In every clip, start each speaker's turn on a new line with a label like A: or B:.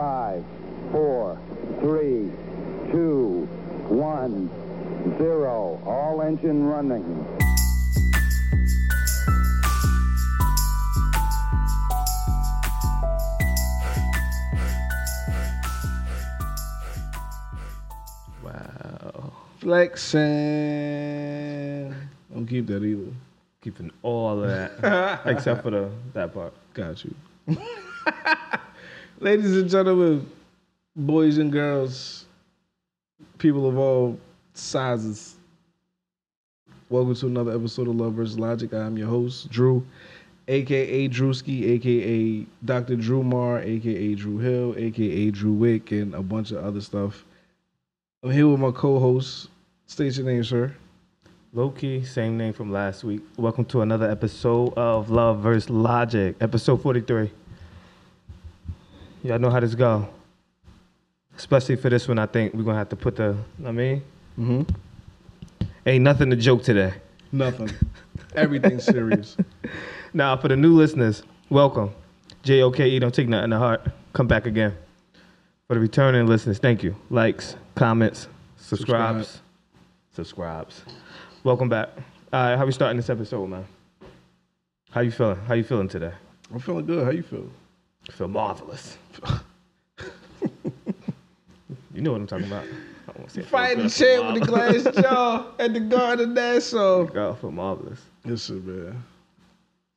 A: five, four, three, two, one, zero. All engine running.
B: Wow. Flexing. Don't keep that either.
C: Keeping all of that except for the that part.
B: Got you. Ladies and gentlemen, boys and girls, people of all sizes, welcome to another episode of Love vs. Logic. I'm your host, Drew, aka Drewski, aka Dr. Drew Mar, aka Drew Hill, aka Drew Wick, and a bunch of other stuff. I'm here with my co host. State your name, sir.
C: Low key, same name from last week. Welcome to another episode of Love vs. Logic, episode 43. Y'all know how this go. Especially for this one, I think we're gonna have to put the, know what I mean,
B: Mm-hmm.
C: ain't nothing to joke today.
B: Nothing. Everything's serious.
C: Now, for the new listeners, welcome. J O K E, don't take nothing to heart. Come back again. For the returning listeners, thank you. Likes, comments, subscribes, subscribes. Welcome back. All right, how we starting this episode, man? How you feeling? How you feeling today?
B: I'm feeling good. How you feel?
C: I feel marvelous. you know what I'm talking about. I won't say I feel
B: Fighting
C: good, I feel
B: shit with the
C: marvelous.
B: glass jaw at the Garden of Nassau.
C: God, I feel marvelous.
B: Listen, man.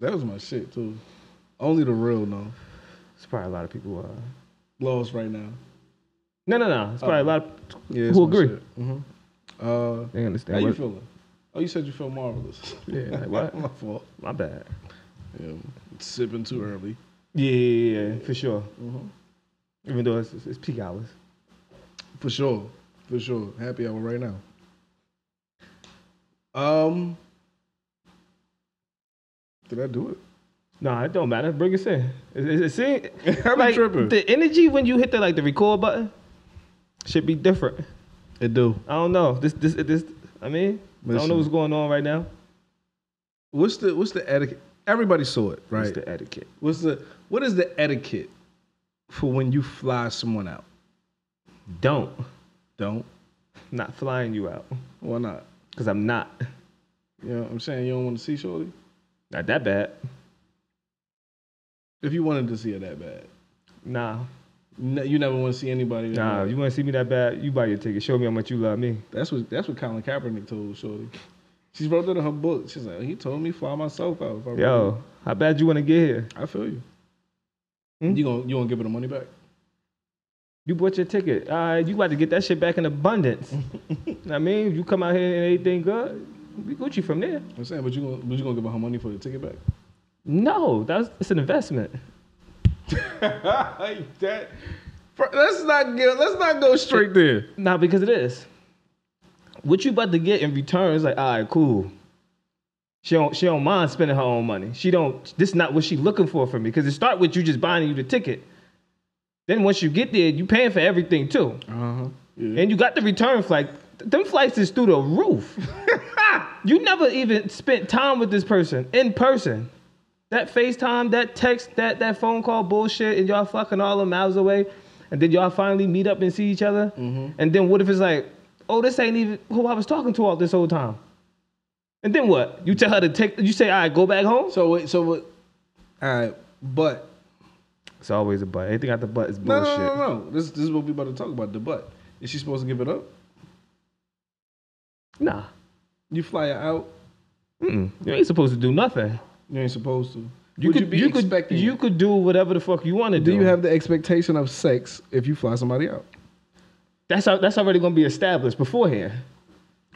B: That was my shit, too. Only the real, know.
C: It's probably a lot of people. Uh,
B: Lost right now.
C: no, no, no. It's probably a lot of
B: Yeah,
C: who agree.
B: hmm Uh,
C: They understand.
B: how you
C: what-
B: feeling? Oh, you said you feel marvelous.
C: Yeah, like what?
B: my fault.
C: My bad.
B: Yeah, sipping too early.
C: Yeah, yeah, yeah, for sure.
B: Mhm.
C: Even though it's, it's, it's peak hours.
B: For sure. For sure. Happy hour right now. Um, did I do it?
C: No, it don't matter. Bring us in. It, it, it, see,
B: I'm
C: like,
B: tripping.
C: The energy when you hit the like the record button should be different.
B: It do.
C: I don't know. This, this, this. I mean, I don't
B: Listen.
C: know what's going on right now.
B: What's the what's the etiquette? Everybody saw it, right?
C: It's the etiquette.
B: What's the what is the etiquette for when you fly someone out?
C: Don't
B: Don't.
C: not flying you out
B: Why not?
C: because I'm not
B: You know what I'm saying? You don't want to see Shorty?
C: not that bad.
B: If you wanted to see her that bad.
C: Nah,
B: Ne- you never want to see anybody that
C: nah.
B: bad.
C: You want to see me that bad? You buy your ticket. Show me how much you love me.
B: That's what that's what Colin Kaepernick told Shorty. She wrote that in her book. She's like, he told me fly myself out. If I really-"
C: Yo, how bad you want to get here?
B: I feel you.
C: Hmm?
B: You gonna you gonna give her the money back?
C: You bought your ticket. Uh, you about to get that shit back in abundance. I mean, you come out here and everything good, we Gucci from there.
B: I'm saying, but you gonna but you gonna give her her money for the ticket back?
C: No, that's it's an investment.
B: that let's not get let's not go straight there.
C: Nah, because it is. What you about to get in return is like, all right, cool. She don't she don't mind spending her own money. She don't. This is not what she looking for from me. Because it start with you just buying you the ticket. Then once you get there, you paying for everything too,
B: Uh huh.
C: and you got the return flight. Th- Them flights is through the roof. you never even spent time with this person in person. That FaceTime, that text, that that phone call bullshit, and y'all fucking all the miles away, and then y'all finally meet up and see each other.
B: Mm-hmm.
C: And then what if it's like, oh, this ain't even who I was talking to all this whole time. And then what? You tell her to take. You say, all right, go back home.
B: So wait, so what? All right, but
C: It's always a butt. Anything out the butt is
B: no,
C: bullshit.
B: no, no, no, no. This this is what we about to talk about. The butt. Is she supposed to give it up?
C: Nah,
B: You fly her out.
C: Mm-mm. you ain't supposed to do nothing.
B: You ain't supposed to.
C: You
B: Would
C: could
B: you be
C: could
B: expecting?
C: you could do whatever the fuck you want to do.
B: do you have the expectation of sex if you fly somebody out?
C: that's al- that's already gonna be established beforehand.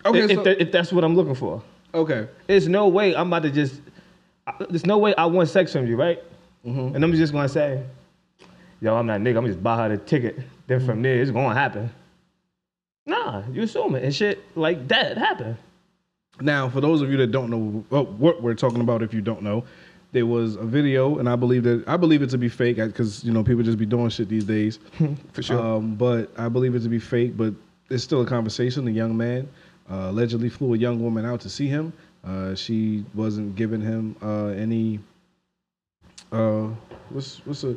B: Okay,
C: if,
B: so-
C: if, that, if that's what I'm looking for,
B: Okay.
C: there's no way I'm about to just. I- There's no way I want sex from you, right?
B: Mhm.
C: And I'm just gonna say, yo, I'm not nigga. I'm just buy her the ticket. Then from there, it's gonna happen. Nah, you assume it and shit like that happen.
B: Now, for those of you that don't know oh, what we're talking about, if you don't know, there was a video, and I believe that I believe it to be fake because you know people just be doing shit these days.
C: For sure.
B: Um, but I believe it to be fake, but it's still a conversation. A young man uh, allegedly flew a young woman out to see him. Uh, she wasn't giving him uh, any. Uh, what's what's a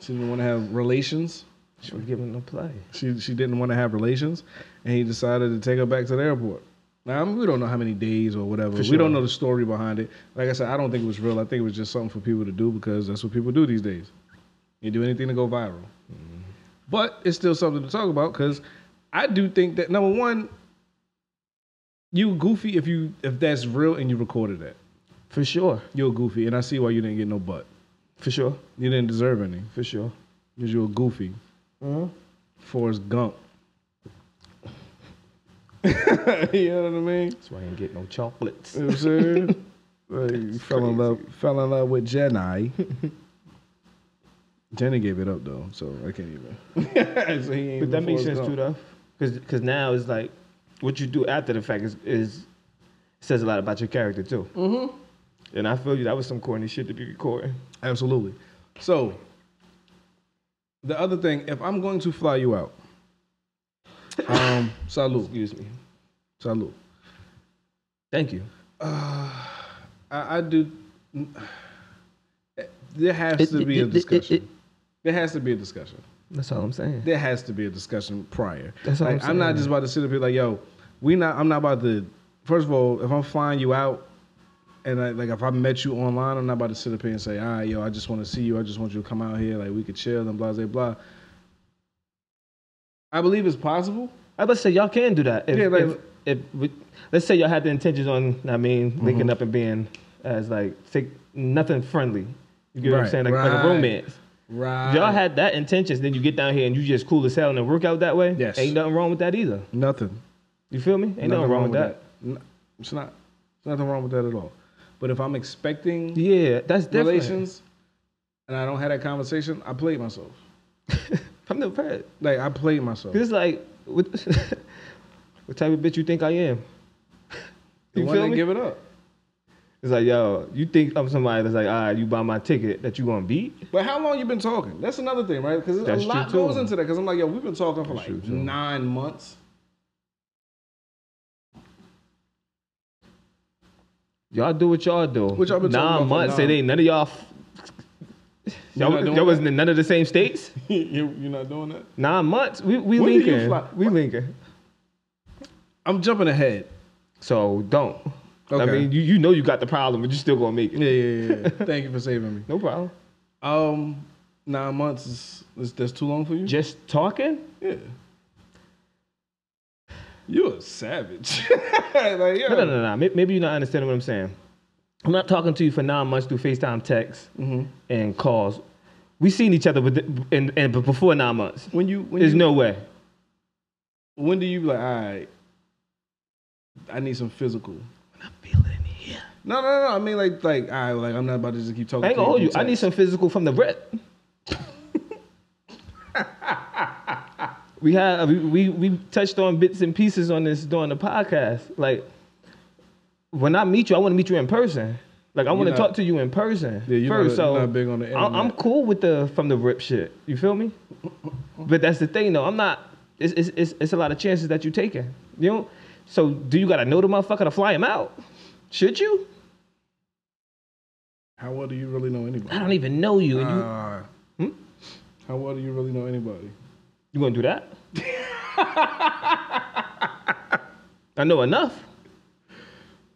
B: She didn't want to have relations.
C: She was giving a play.
B: She she didn't want to have relations, and he decided to take her back to the airport. Now I mean, we don't know how many days or whatever. We
C: sure.
B: don't know the story behind it. Like I said, I don't think it was real. I think it was just something for people to do because that's what people do these days. You do anything to go viral. But it's still something to talk about because I do think that number one, you goofy if you if that's real and you recorded that.
C: For sure.
B: You're goofy, and I see why you didn't get no butt.
C: For sure.
B: You didn't deserve any
C: For sure.
B: because you were goofy. Hmm?
C: Mhm.
B: Forrest Gump. you know what I mean?
C: That's why I didn't get no chocolates.
B: You know what I'm saying? Like, you fell in love, fell in love with Jenny. Jenny gave it up though, so I can't even. So he ain't
C: But that
B: even
C: makes sense
B: Forrest
C: too,
B: Gump.
C: though, because now it's like what you do after the fact is, is says a lot about your character too. Mm-hmm. And I feel you. That was some corny shit to be recording.
B: Absolutely. So the other thing, if I'm going to fly you out, um, salute,
C: Excuse me.
B: salute.
C: Thank you.
B: I, I do. There has to be a discussion. there has to be a discussion.
C: That's all I'm saying.
B: There has to be a discussion prior.
C: That's what
B: like,
C: I'm
B: I'm not
C: saying.
B: just about to sit up here like, yo, we not. I'm not about to. First of all, if I'm flying you out, and I, like if I met you online, I'm not about to sit up here and say, all right, yo, I just want to see you. I just want you to come out here. Like we could chill and blah blah blah. I believe it's possible.
C: I was about to say y'all can do that. If,
B: Yeah, like-
C: if, if we, let's say y'all had the intentions on, I mean, linking up and being as like take nothing friendly. You get what I'm
B: Right,
C: saying? Like, like
B: right.
C: a romance.
B: Right.
C: If y'all had that intentions, then you get down here and you just cool as hell and it work out that way.
B: Yes.
C: Ain't nothing wrong with that either.
B: nothing.
C: You feel me? Ain't nothing, wrong, with that.
B: No, it's not. There's nothing wrong with that at all. But if I'm expecting
C: Yeah, that's different.
B: relations, and I don't have that conversation, I played myself.
C: I'm the pet.
B: Like I played myself.
C: It's like, what, what type of bitch you think I am?
B: The
C: You
B: one
C: feel
B: that
C: me?
B: give it up.
C: It's like, yo, you think I'm somebody that's like, all right, you buy my ticket that you gonna beat?
B: But how long you been talking? That's another thing, right? Because a
C: That's true,
B: lot
C: too.
B: goes into that. Because I'm like, yo, we've been talking for
C: true,
B: like
C: too.
B: nine months.
C: Y'all do what y'all do.
B: What y'all been
C: nine
B: talking about for
C: months. Say
B: nine?
C: they none of y'all. F- y'all
B: not doing
C: y'all wasn't in none of the same states.
B: you, you're not doing that.
C: Nine months. We we
B: When did you
C: linking.
B: fly-
C: We linking.
B: I'm jumping ahead.
C: So don't. I
B: Okay.
C: mean, you, you know you got the problem, but you still gonna make it.
B: Yeah, yeah, yeah. yeah. Thank you for saving me.
C: No problem.
B: Um, nine months is, is that's too long for you?
C: Just talking.
B: Yeah. You're a savage. like, yeah.
C: No, no, no, no. May- Maybe you're not understanding what I'm saying. I'm not talking to you for nine months through FaceTime texts
B: Mm-hmm.
C: and calls. We seen each other, but and, and but before nine months,
B: When you when
C: there's
B: you,
C: no way.
B: when do you be like, all right, I need some physical.
C: I'm feeling here.
B: No, no, no. I mean, like, like, all right, like, I'm not about to just keep talking.
C: I ain't
B: to
C: gonna hold
B: through
C: you. I
B: text.
C: need some physical from the rep. we had we, we we touched on bits and pieces on this during the podcast. Like when I meet you, I want to meet you in person. Like I want to
B: not-
C: talk to you in person.
B: Yeah, you're
C: first,
B: not-
C: so
B: you're not big on the
C: I- I'm
B: internet.
C: cool with the from the rip shit. You feel me? But that's the thing, though. I'm not. It's it's it's, it's a lot of chances that you're taking. You know. So do you gotta know the motherfucker to fly him out? Should you?
B: How well do you really know anybody?
C: I don't Hmm? even know you, and you
B: Ah. How well do you really know anybody?
C: You gonna do that? I know enough.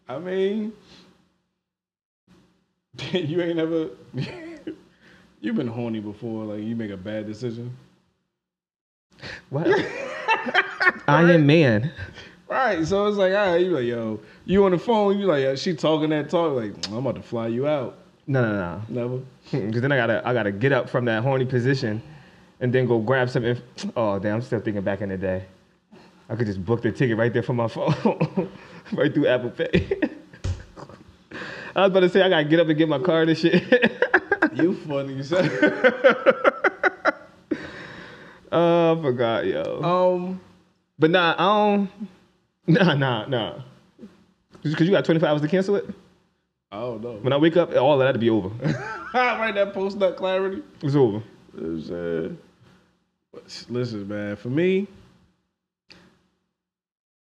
B: I mean, you ain't never. You've been horny before, like you make a bad decision.
C: What? I am man.
B: Right, so it's like, all right, you like, yo, you on the phone, you like, yo, she talking that talk, like, I'm about to fly you out.
C: No, no,
B: Never.
C: no. Because then I gotta, I gotta get up from that horny position, and then go grab some. Inf- oh damn, I'm still thinking back in the day. I could just book the ticket right there from my phone, right through Apple Pay. I was about to say I gotta get up and get my card and shit.
B: You funny, you said.
C: oh, I forgot, yo.
B: um,
C: But nah, I don't. Nah, nah, nah. Just because you got 25 hours to cancel it.
B: I don't know.
C: When I wake up, all of that'll be over.
B: right, that post nut clarity.
C: It's over.
B: It's, uh, listen, man. For me,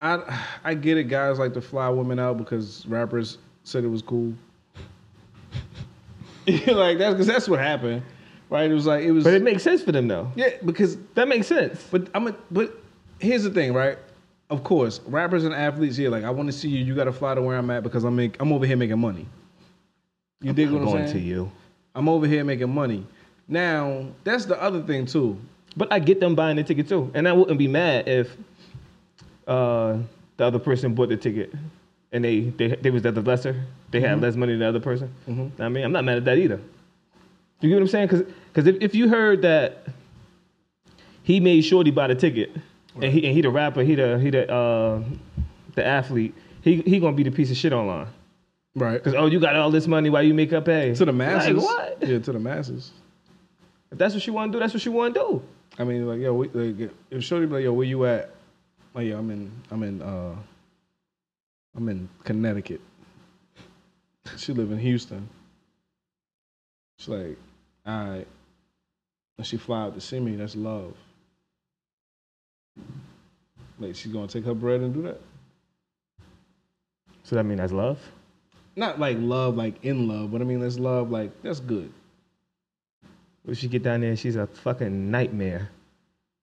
B: I I get it. Guys like to fly women out because rappers said it was cool. like that's because that's what happened. right? It was like it was.
C: But it makes sense for them though.
B: yeah, because
C: That makes sense.
B: But I'm a, but here's the thing, right? Of course, rappers and athletes here, like I want to see you. You got to fly to where I'm at because I'm make, I'm over here making money. You dig what I'm
C: going
B: saying?
C: to you.
B: I'm over here making money. Now that's the other thing too.
C: But I get them buying the ticket too, and I wouldn't be mad if uh, the other person bought the ticket and they they, they was the other lesser. They
B: Mm-hmm.
C: had less money than the other person. I mean, I'm not mad at that either. You get what I'm saying? Because if, if you heard that he made Shorty buy the ticket, and he and he the rapper, he the he the uh, the athlete, he he gonna be the piece of shit online.
B: Right.
C: Because oh, you got all this money, why you make up pay
B: To the masses.
C: Like what?
B: Yeah, to the masses.
C: If that's what she want to do, that's what she want to do.
B: I mean, like yo, we, like, if Shorty be like yo, where you at? Like yo, I'm in, I'm in, uh, I'm in Connecticut. She live in Houston. She's like, all right. And she fly out to see me. That's love. Like she's gonna take her bread and do that.
C: So that mean that's love.
B: Not like love, like in love, but I mean that's love. Like that's good.
C: If she get down there, she's a fucking nightmare.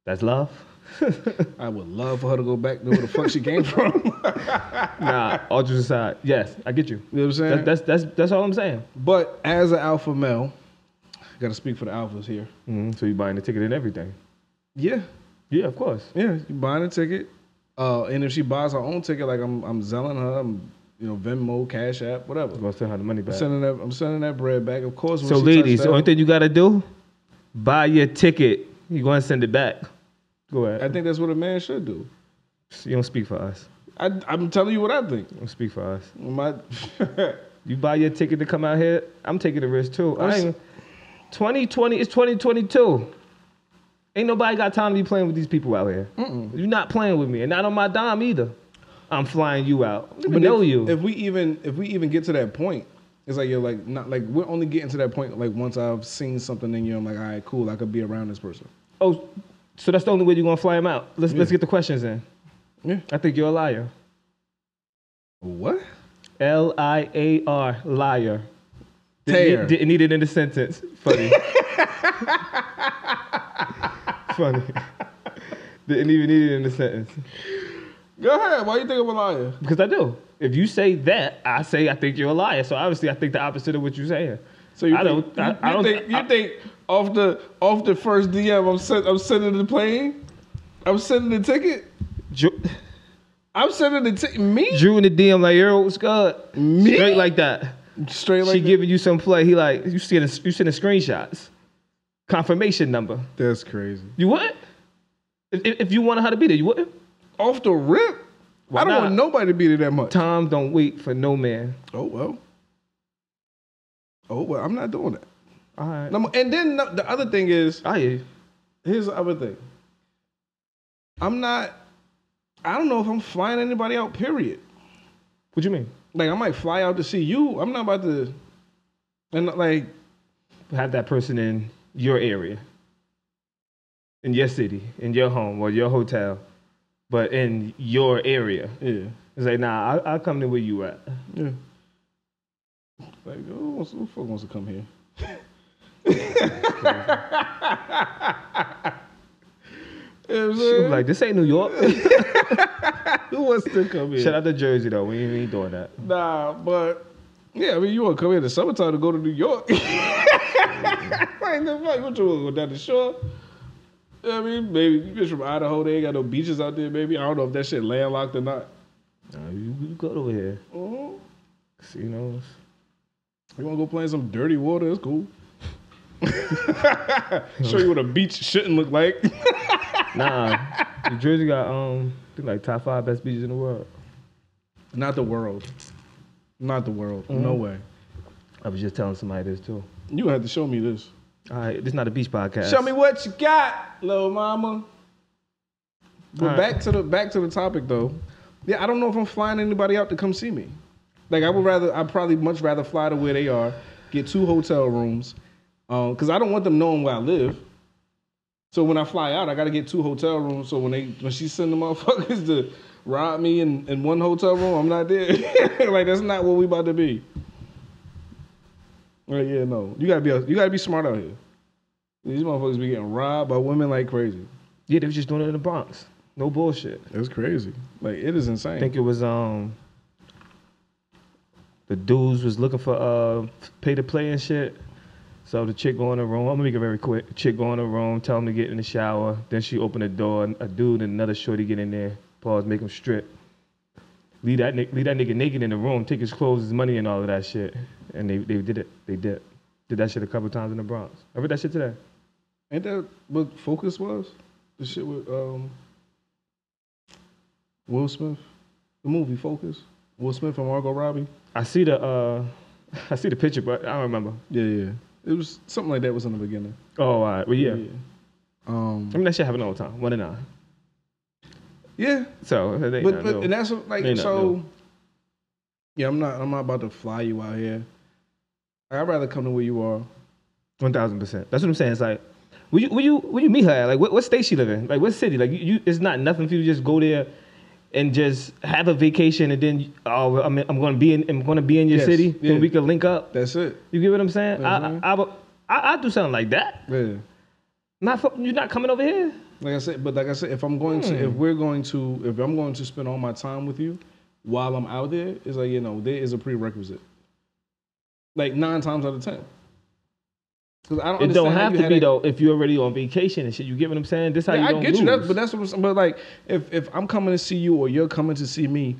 C: That's love.
B: I would love for her to go back to where the fuck she came from. you know what
C: nah, all jokes aside, yes, I get you.
B: I'm saying?
C: That, that's that's that's all I'm saying.
B: But as an alpha male, got to speak for the alphas here.
C: Mm-hmm. So you buying the ticket and everything?
B: Yeah,
C: Yeah, of course.
B: yeah. You buying a ticket, uh, and if she buys her own ticket, like I'm, I'm selling her, I'm, you know, Venmo, Cash App, whatever.
C: You're gonna send her the money
B: I'm
C: back.
B: sending that, I'm sending that bread back. Of course. When
C: so
B: she touched
C: ladies, the
B: that-
C: only thing you gotta do, buy your ticket. You gonna send it back. Go
B: I
C: ahead.
B: think that's what a man should do.
C: you don't speak for us.
B: I, I'm telling you what I think.
C: You don't speak for us.
B: My,
C: You buy your ticket to come out here. I'm taking the risk too. I
B: Us-
C: ain't, 2020 it's 2022. Ain't nobody got time to be playing with these people out here. You're not playing with me, and not on my dime either. I'm flying you out. I
B: But
C: know
B: if,
C: you.
B: If we even if we even get to that point, it's like you're like not like we're only getting to that point like once I've seen something in you, I'm like, all right, cool, I could be around this person.
C: oh, so that's the only way you're gonna fly him out. Let's let's
B: Yeah.
C: get the questions in.
B: Yeah.
C: I think you're a liar.
B: What?
C: L I A R liar.
B: Tear.
C: Didn't, need, didn't need it in the sentence. Funny. Funny. Didn't even need it in the sentence.
B: Go ahead. Why you think I'm a liar?
C: Because I do. If you say that, I say I think you're a liar. So obviously, I think the opposite of what you're saying.
B: So you
C: I
B: think,
C: don't-
B: You,
C: I- I
B: you
C: don't-
B: think, you
C: I-
B: think off the off the first DM, I'm send, I'm sending the plane. I'm sending the ticket.
C: Drew,
B: I'm sending the ticket. Me
C: Drew in the DM like, "Yo, what's good?"
B: Me?
C: Straight like that.
B: straight
C: she
B: like that.
C: giving you some play. He like, you sending you sending screenshots, confirmation number.
B: That's crazy.
C: You wouldn't. If, if if you wanted her to be there, you wouldn't.
B: Off the rip.
C: Why
B: I don't
C: not?
B: want nobody to beat it that much.
C: Tom don't wait for no man.
B: Oh well. Oh well. I'm not doing that.
C: All right.
B: Number- And then the- the other thing is
C: I hear you.
B: here's the other thing. I'm not. I don't know if I'm flying anybody out. Period.
C: What you mean?
B: Like I might fly out to see you. I'm not about to. And like
C: Have that person in your area, in your city, in your home or your hotel, but in your area.
B: yeah,
C: It's like, nah, I, I'll come to where you at.
B: yeah. Like who, wants, who the fuck wants to come here? You know what I'm
C: She
B: saying?
C: was like, this ain't New York.
B: who wants to come here?
C: Shout out to Jersey though. We ain't, we ain't doing that.
B: Nah, but yeah, I mean, you want to come here in the summertime to go to New York? like the fuck, what you want to go down the shore? You know what I mean, maybe you bitch from Idaho, they ain't got no beaches out there. Maybe I don't know if that shit landlocked or not.
C: Nah, you, you go over here.
B: Mhm.
C: Casinos.
B: You want to go play in some dirty water? It's cool. Show you what a beach shouldn't look like.
C: Nah, New Jersey got um, I think like top five best beaches in the world.
B: not the world. Not the world. No way.
C: I was just telling somebody this too.
B: Mm-hmm. You gonna have to show me this.
C: All right, this is not a beach podcast.
B: Show me what you got, little mama. But
C: Alright.
B: back to the back to the topic though. Yeah, I don't know if I'm flying anybody out to come see me. Like I would rather, I would probably much rather fly to where they are, get two hotel rooms, because I don't want them knowing where I live. So when I fly out, I got to get two hotel rooms. So when they when she send the motherfuckers to rob me in, in one hotel room, I'm not there. like that's not what we about to be. Right? Yeah, no. You gotta be a- you gotta be smart out here. These motherfuckers be getting robbed by women like crazy.
C: Yeah, they was just doing it in the Bronx. No bullshit.
B: It's crazy. Like it is insane.
C: I think it was um the dudes was looking for uh pay to play and shit. So the chick go in the room. I'm gonna make it very quick. Chick go in the room, tell him to get in the shower. Then she opened the door, and a dude and another shorty get in there. Pause, make him strip. Leave that ni- leave that nigga naked in the room. Take his clothes, his money, and all of that shit. And they they did it. They did did that shit a couple times in the Bronx. I read that shit today.
B: Ain't that what Focus was? The shit with um Will Smith, the movie Focus. Will Smith and Margot Robbie.
C: I see the uh I see the picture, but I don't remember.
B: Yeah, yeah. It was something like that was in the beginning.
C: Oh, all right. Well, yeah.
B: Um.
C: I mean, that shit happen all the time. One and nine.
B: Yeah,
C: So, they
B: but
C: not
B: but
C: new.
B: and that's what, like
C: They not
B: so.
C: new.
B: Yeah, I'm not. I'm not about to fly you out here. I'd rather come to where you are.
C: One thousand percent. That's what I'm saying. It's like, will you will you will you meet her? at? Like, what, what state she live in? Like, what city? Like, you, you it's not nothing for you to just go there and just have a vacation and then oh, I'm I'm gonna be in I'm gonna be in your
B: Yes,
C: city
B: yeah.
C: and we can link up.
B: That's it.
C: You get what I'm saying?
B: Mhm.
C: I, I, I, would- I I do something like that.
B: Yeah.
C: Not fu- you're not coming over here.
B: Like I said, but like I said, if I'm going to, if
C: Hmm.
B: we're going to, if I'm going to spend all my time with you while I'm out there, it's like you know there is a prerequisite. Like nine times out of ten. Because I don't.
C: It don't
B: understand how
C: have
B: you
C: to
B: had
C: be
B: a-
C: though. If you're already on vacation and shit, you get what I'm saying? This how
B: Yeah,
C: you
B: I
C: don't
B: get you. That,
C: lose.
B: but that's what I'm. But like, if if I'm coming to see you or you're coming to see me,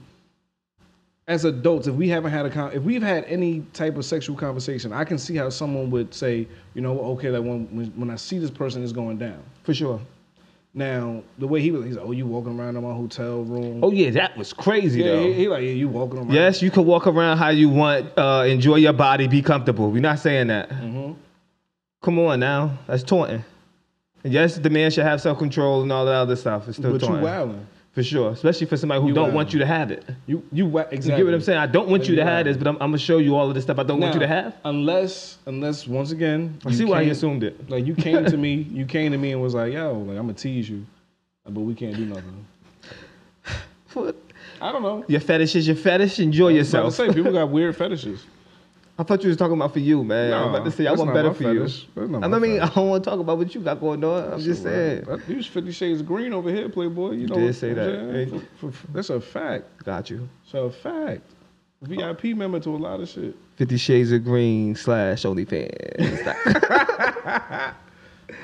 B: as adults, if we haven't had a con- if we've had any type of sexual conversation, I can see how someone would say, you know, okay, like when when, when I see this person is going down.
C: for sure.
B: Now the way he was, he's like, oh, you walking around in my hotel room.
C: Oh yeah, that was crazy
B: yeah,
C: though.
B: he, he like, yeah, you walking around.
C: Yes, you can walk around how you want. Uh, enjoy your body. Be comfortable. We're not saying that. Come on now, that's taunting. And yes, the man should have self control and all that other stuff. It's still
B: but you
C: taunting
B: wilding.
C: for sure, especially for somebody who
B: You
C: don't
B: wildin'.
C: want you to have it.
B: You you wa- exactly.
C: You get what I'm saying? I don't want
B: Like,
C: you to
B: you
C: have
B: wildin'.
C: this, but I'm, I'm gonna show you all of this stuff I don't want you to
B: Now,
C: have.
B: Unless unless once again,
C: I
B: you
C: see why he
B: came-
C: assumed it.
B: Like you came to me, you came to me and was like, "Yo, like I'm gonna tease you, but we can't do nothing." I don't know.
C: Your fetish is your fetish. Enjoy
B: So I
C: yourself.
B: say people got weird fetishes.
C: I thought you was talking about for you, man. I'm
B: Nah,
C: about to say I
B: that's
C: want
B: not
C: better
B: my
C: for
B: fetish.
C: you.
B: That's not
C: I
B: my
C: mean, I
B: fetish.
C: don't want to talk about what you got going on. I'm just saying.
B: That- You was Fifty Shades of Green over here, Playboy. You know
C: did
B: what
C: say
B: I'm
C: that.
B: saying?
C: Hey.
B: F- f- That's a fact.
C: Got you.
B: It's a fact. VIP member to a lot of shit.
C: Fifty Shades of Green slash OnlyFans.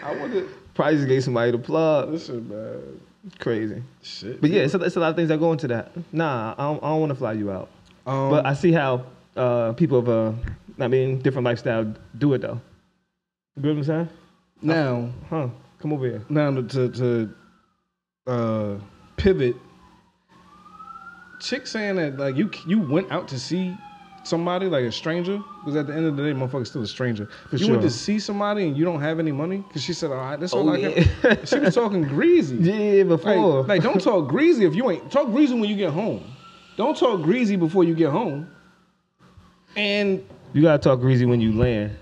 B: I wonder.
C: Probably just gave somebody the plug.
B: Listen, man.
C: Crazy.
B: Shit.
C: But yeah, it's a, it's a lot of things that go into that. Nah, I don't, I don't want to fly you out.
B: Um,
C: but I see how uh, people of uh, I mean, different lifestyle do it though. You get what I'm saying?
B: now,
C: Huh? Come over here.
B: now to to uh, pivot. Chick saying that like you you went out to see somebody like a stranger because at the end of the day, motherfucker's still a stranger. you went
C: sure.
B: to see somebody and you don't have any money because she said, "All right, that's all
C: Oh,
B: I
C: yeah.
B: got." she was talking greasy.
C: Yeah,
B: Like,
C: before.
B: like, don't talk greasy if you ain't talk greasy when you get home. Don't talk greasy before you get home. And
C: you gotta talk greasy when you land,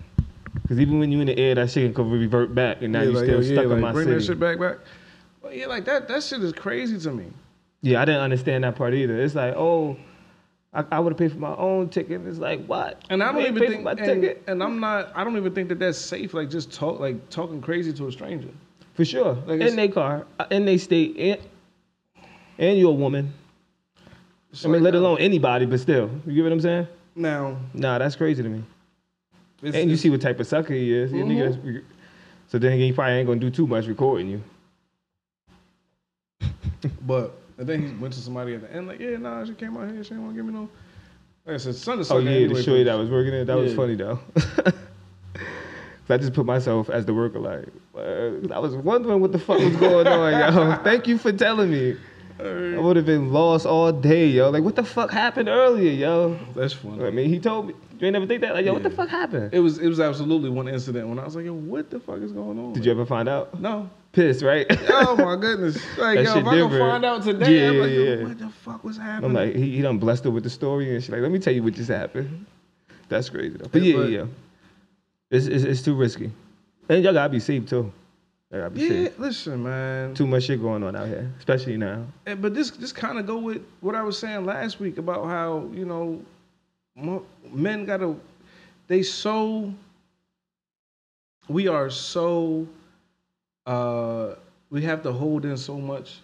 C: because even when you in the air, that shit can revert back, and now you still stuck in my
B: bring
C: city.
B: that shit back, back. Well, yeah, like that. That shit is crazy to me.
C: Yeah, I didn't understand that part either. It's like, oh, I, I would have paid for my own ticket. It's like, what?
B: And I
C: You
B: don't
C: ain't
B: even
C: pay
B: think.
C: for my
B: And,
C: ticket
B: and I'm not. I don't even think that that's safe. Like just talk, like talking crazy to a stranger.
C: for sure.
B: it's-
C: in their car, uh, in their state, and, and you're a woman.
B: It's
C: I
B: like,
C: mean, let
B: no.
C: alone anybody, but still, you get what I'm saying?
B: now.
C: Nah, that's crazy to me.
B: It's, Mm-hmm.
C: And you
B: it's-
C: see what type of sucker he is. Your nigga that's- so then again, he probably ain't gonna do too much recording you.
B: but I think he went to somebody at the end. Like, yeah, nah, she came out here. She didn't want to give me no. Like I said, son of
C: Oh yeah,
B: anyway,
C: to show you that
B: folks.
C: was working it. That was
B: Yeah.
C: funny though. 'Cause I just put myself as the worker. Like uh, I was wondering what the fuck was going on, yo. Thank you for telling me. I would have been lost all day, yo. Like what the fuck happened earlier, yo?
B: That's funny.
C: I mean, he told me. You ain't never think that, like, yo, what the
B: Yeah.
C: fuck happened?
B: It was it was absolutely one incident when I was like, yo, what the fuck is going on?
C: Did you ever find out?
B: No.
C: Pissed, right?
B: Oh my goodness. Like,
C: That
B: yo,
C: shit
B: if I can
C: different.
B: find out today, I'm
C: Yeah,
B: like, yo,
C: yeah, yeah.
B: what the fuck was
C: I'm
B: happening?
C: like, he, he done blessed her with the story and shit. Like, let me tell you what just happened. That's crazy though. But
B: Yeah,
C: yeah, yeah,
B: but-
C: yeah. It's, it's it's too risky, and y'all gotta be safe too. Y'all gotta be safe.
B: yeah, listen, man.
C: too much shit going on out here, especially now.
B: Eh, But this this kind of go with what I was saying last week about how, you know, mo- men gotta they so we are so uh, we have to hold in so much,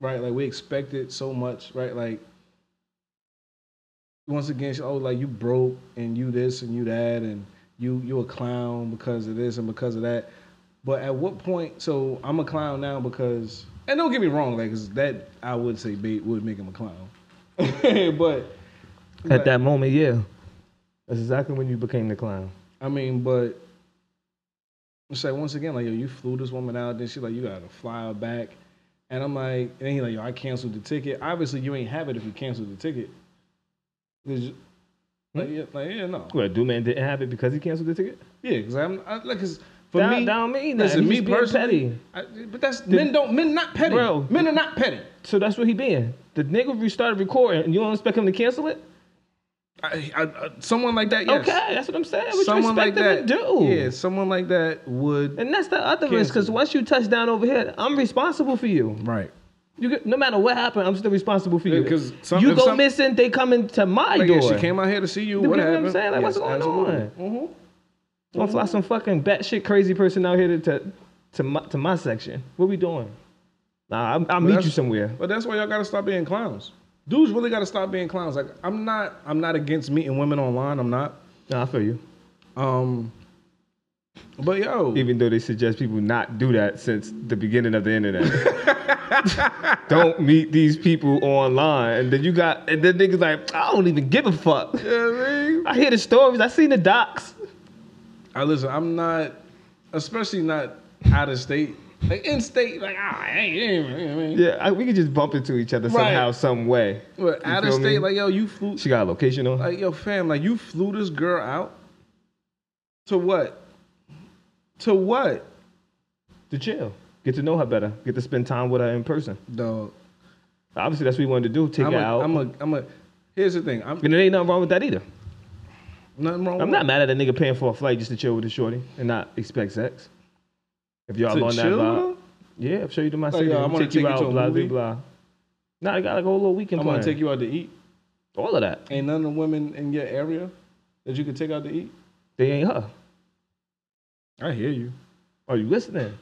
B: right? Like we expected so much, right? Like once again, she- oh, like you broke and you this and you that and you you a clown because of this and because of that. But at what point? So I'm a clown now because, and don't get me wrong, like 'cause that I would say bait would make him a clown, but
C: At that moment, yeah. That's exactly when you became the clown.
B: I mean, but it's like once again, like yo, you flew this woman out, then she like you gotta fly her back, and I'm like, and he like yo, I canceled the ticket. Obviously, you ain't have it if you canceled the ticket. 'Cause you- Like, yeah, like yeah, no,
C: Well, Do Man didn't have it because he canceled the ticket?
B: yeah, because I'm I, like, cause for
C: That-
B: me,
C: that don't mean
B: listen,
C: nothing.
B: me
C: He's being
B: personally, I- but that's men don't men not petty,
C: Bro.
B: men are not petty.
C: So that's what he being. The nigga re- started recording and you don't expect him to cancel it?
B: I, I, I, someone like that, yes,
C: Okay, that's what I'm saying. What
B: someone
C: you
B: like
C: expect
B: that,
C: him to do?
B: yeah, someone like that would
C: And that's the other risk because
B: Cancel.
C: once you touch down over here, I'm responsible for you.
B: right.
C: You get, no matter what happened, I'm still responsible for you.
B: Yeah, 'cause some-
C: you
B: if
C: go
B: some-
C: missing, they coming to my
B: Like, yeah,
C: door.
B: she came out here to see you.
C: You
B: What
C: get what I'm
B: happened?
C: saying? Like, what's going on?
B: Mm-hmm.
C: Don't fly some fucking batshit crazy person out here to to, to my to my section. What we doing? Nah, I'll, I'll meet you
B: that's-
C: somewhere.
B: But that's why y'all gotta stop being clowns. Dudes really gotta stop being clowns. Like I'm not I'm not against meeting women online. I'm not.
C: Nah, I feel you.
B: Um but yo,
C: Even though they suggest people not do that since the beginning of the internet. don't meet these people online. And then you got and then niggas like, I don't even give a fuck.
B: you know what I mean?
C: I hear the stories, I seen the docs.
B: I listen, I'm not especially not out of state. Like in state, like ah, I ain't, you know what I mean?
C: Yeah, I, we could just bump into each other
B: Right.
C: somehow, some way.
B: But
C: You
B: out of
C: feel me?
B: state, like yo, you flew
C: She got a location on.
B: like yo fam, like you flew this girl out to what? To what?
C: to chill, get to know her better, get to spend time with her in person.
B: Dog.
C: Obviously, that's what we wanted to do. Take
B: I'm
C: her
B: a,
C: out.
B: I'm a I'm a here's the thing. I'm
C: and there ain't nothing wrong with that either.
B: nothing wrong
C: I'm
B: with
C: not mad at a nigga paying for a flight just to chill with a shorty and not expect sex. If y'all
B: to
C: on that
B: chill with
C: vibe,
B: her?
C: yeah, I'll show you to my
B: Like,
C: city.
B: yo, I
C: I'm
B: wanna
C: take you
B: take you
C: out,
B: to a
C: blah blah
B: movie.
C: blah. Nah, I got like a whole little weekend
B: I'm
C: plan.
B: gonna take you out to eat.
C: all of that.
B: Ain't none of the women in your area that you could take out to eat.
C: They ain't her.
B: I hear you.
C: Are you listening?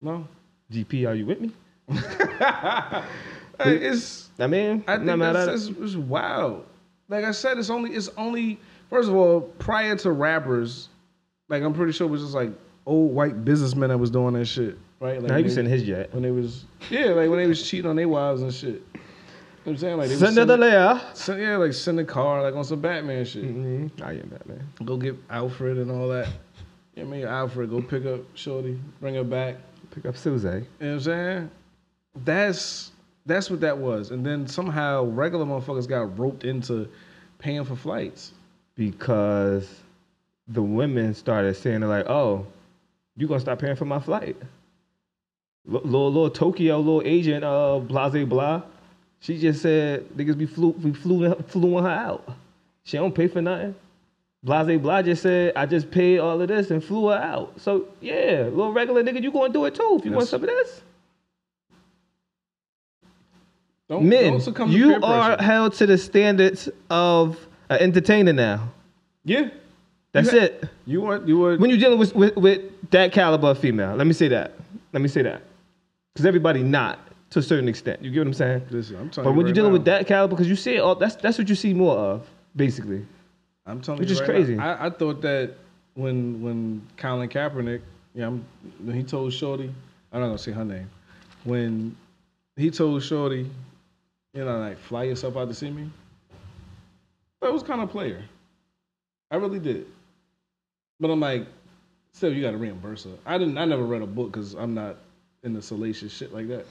B: No,
C: GP, are you with me?
B: Hey, it's
C: I mean,
B: I
C: I'm not
B: think
C: mad
B: that's,
C: at it.
B: that's, it's wild. Like I said, it's only it's only first of all prior to rappers, like I'm pretty sure it was just like old white businessmen that was doing that shit, right? Like
C: Now you
B: when,
C: send
B: they,
C: his jet.
B: when they was yeah, like when they was cheating on their wives and shit. You know what I'm saying like they was
C: Send her the
B: sending-
C: layer.
B: send- yeah, like send a car like on some Batman shit.
C: Mm-hmm. I am Batman.
B: Go get Alfred and all that. Yeah, me and Alfred go pick up Shorty, bring her back.
C: Pick up Suze.
B: You know what I'm saying? That's that's what that was. And then somehow regular motherfuckers got roped into paying for flights.
C: because the women started saying like, "Oh, you gonna stop paying for my flight?" L- Little little Tokyo, little Asian, uh, blase blah. She just said niggas we flew we flew flew her out. She don't pay for nothing. Blase blah just said I just paid all of this and flew her out. So yeah, little regular nigga, you gonna do it too if you
B: That's-
C: want some of this.
B: Don't,
C: Men,
B: don't succumb to
C: you
B: peer
C: are
B: pressure.
C: held to the standards of an entertainer now.
B: yeah.
C: That's
B: You ha-
C: it.
B: You were you were
C: when you're dealing with, with with that caliber of female, let me say that. Let me say that. Because everybody not to a certain extent. You get what I'm saying?
B: listen. I'm telling
C: But
B: you
C: when
B: right
C: you're dealing
B: now,
C: with that caliber, because you see it all, that's that's what you see more of, basically.
B: I'm telling
C: which
B: you
C: is
B: right now,
C: crazy.
B: I, I thought that when when Colin Kaepernick, yeah, I'm, when he told Shorty, I'm not gonna say her name, when he told Shorty, you know, like fly yourself out to see me. That was kind of player. I really did. But I'm like, still, you got to reimburse her. I didn't. I never read a book because I'm not into salacious shit like that.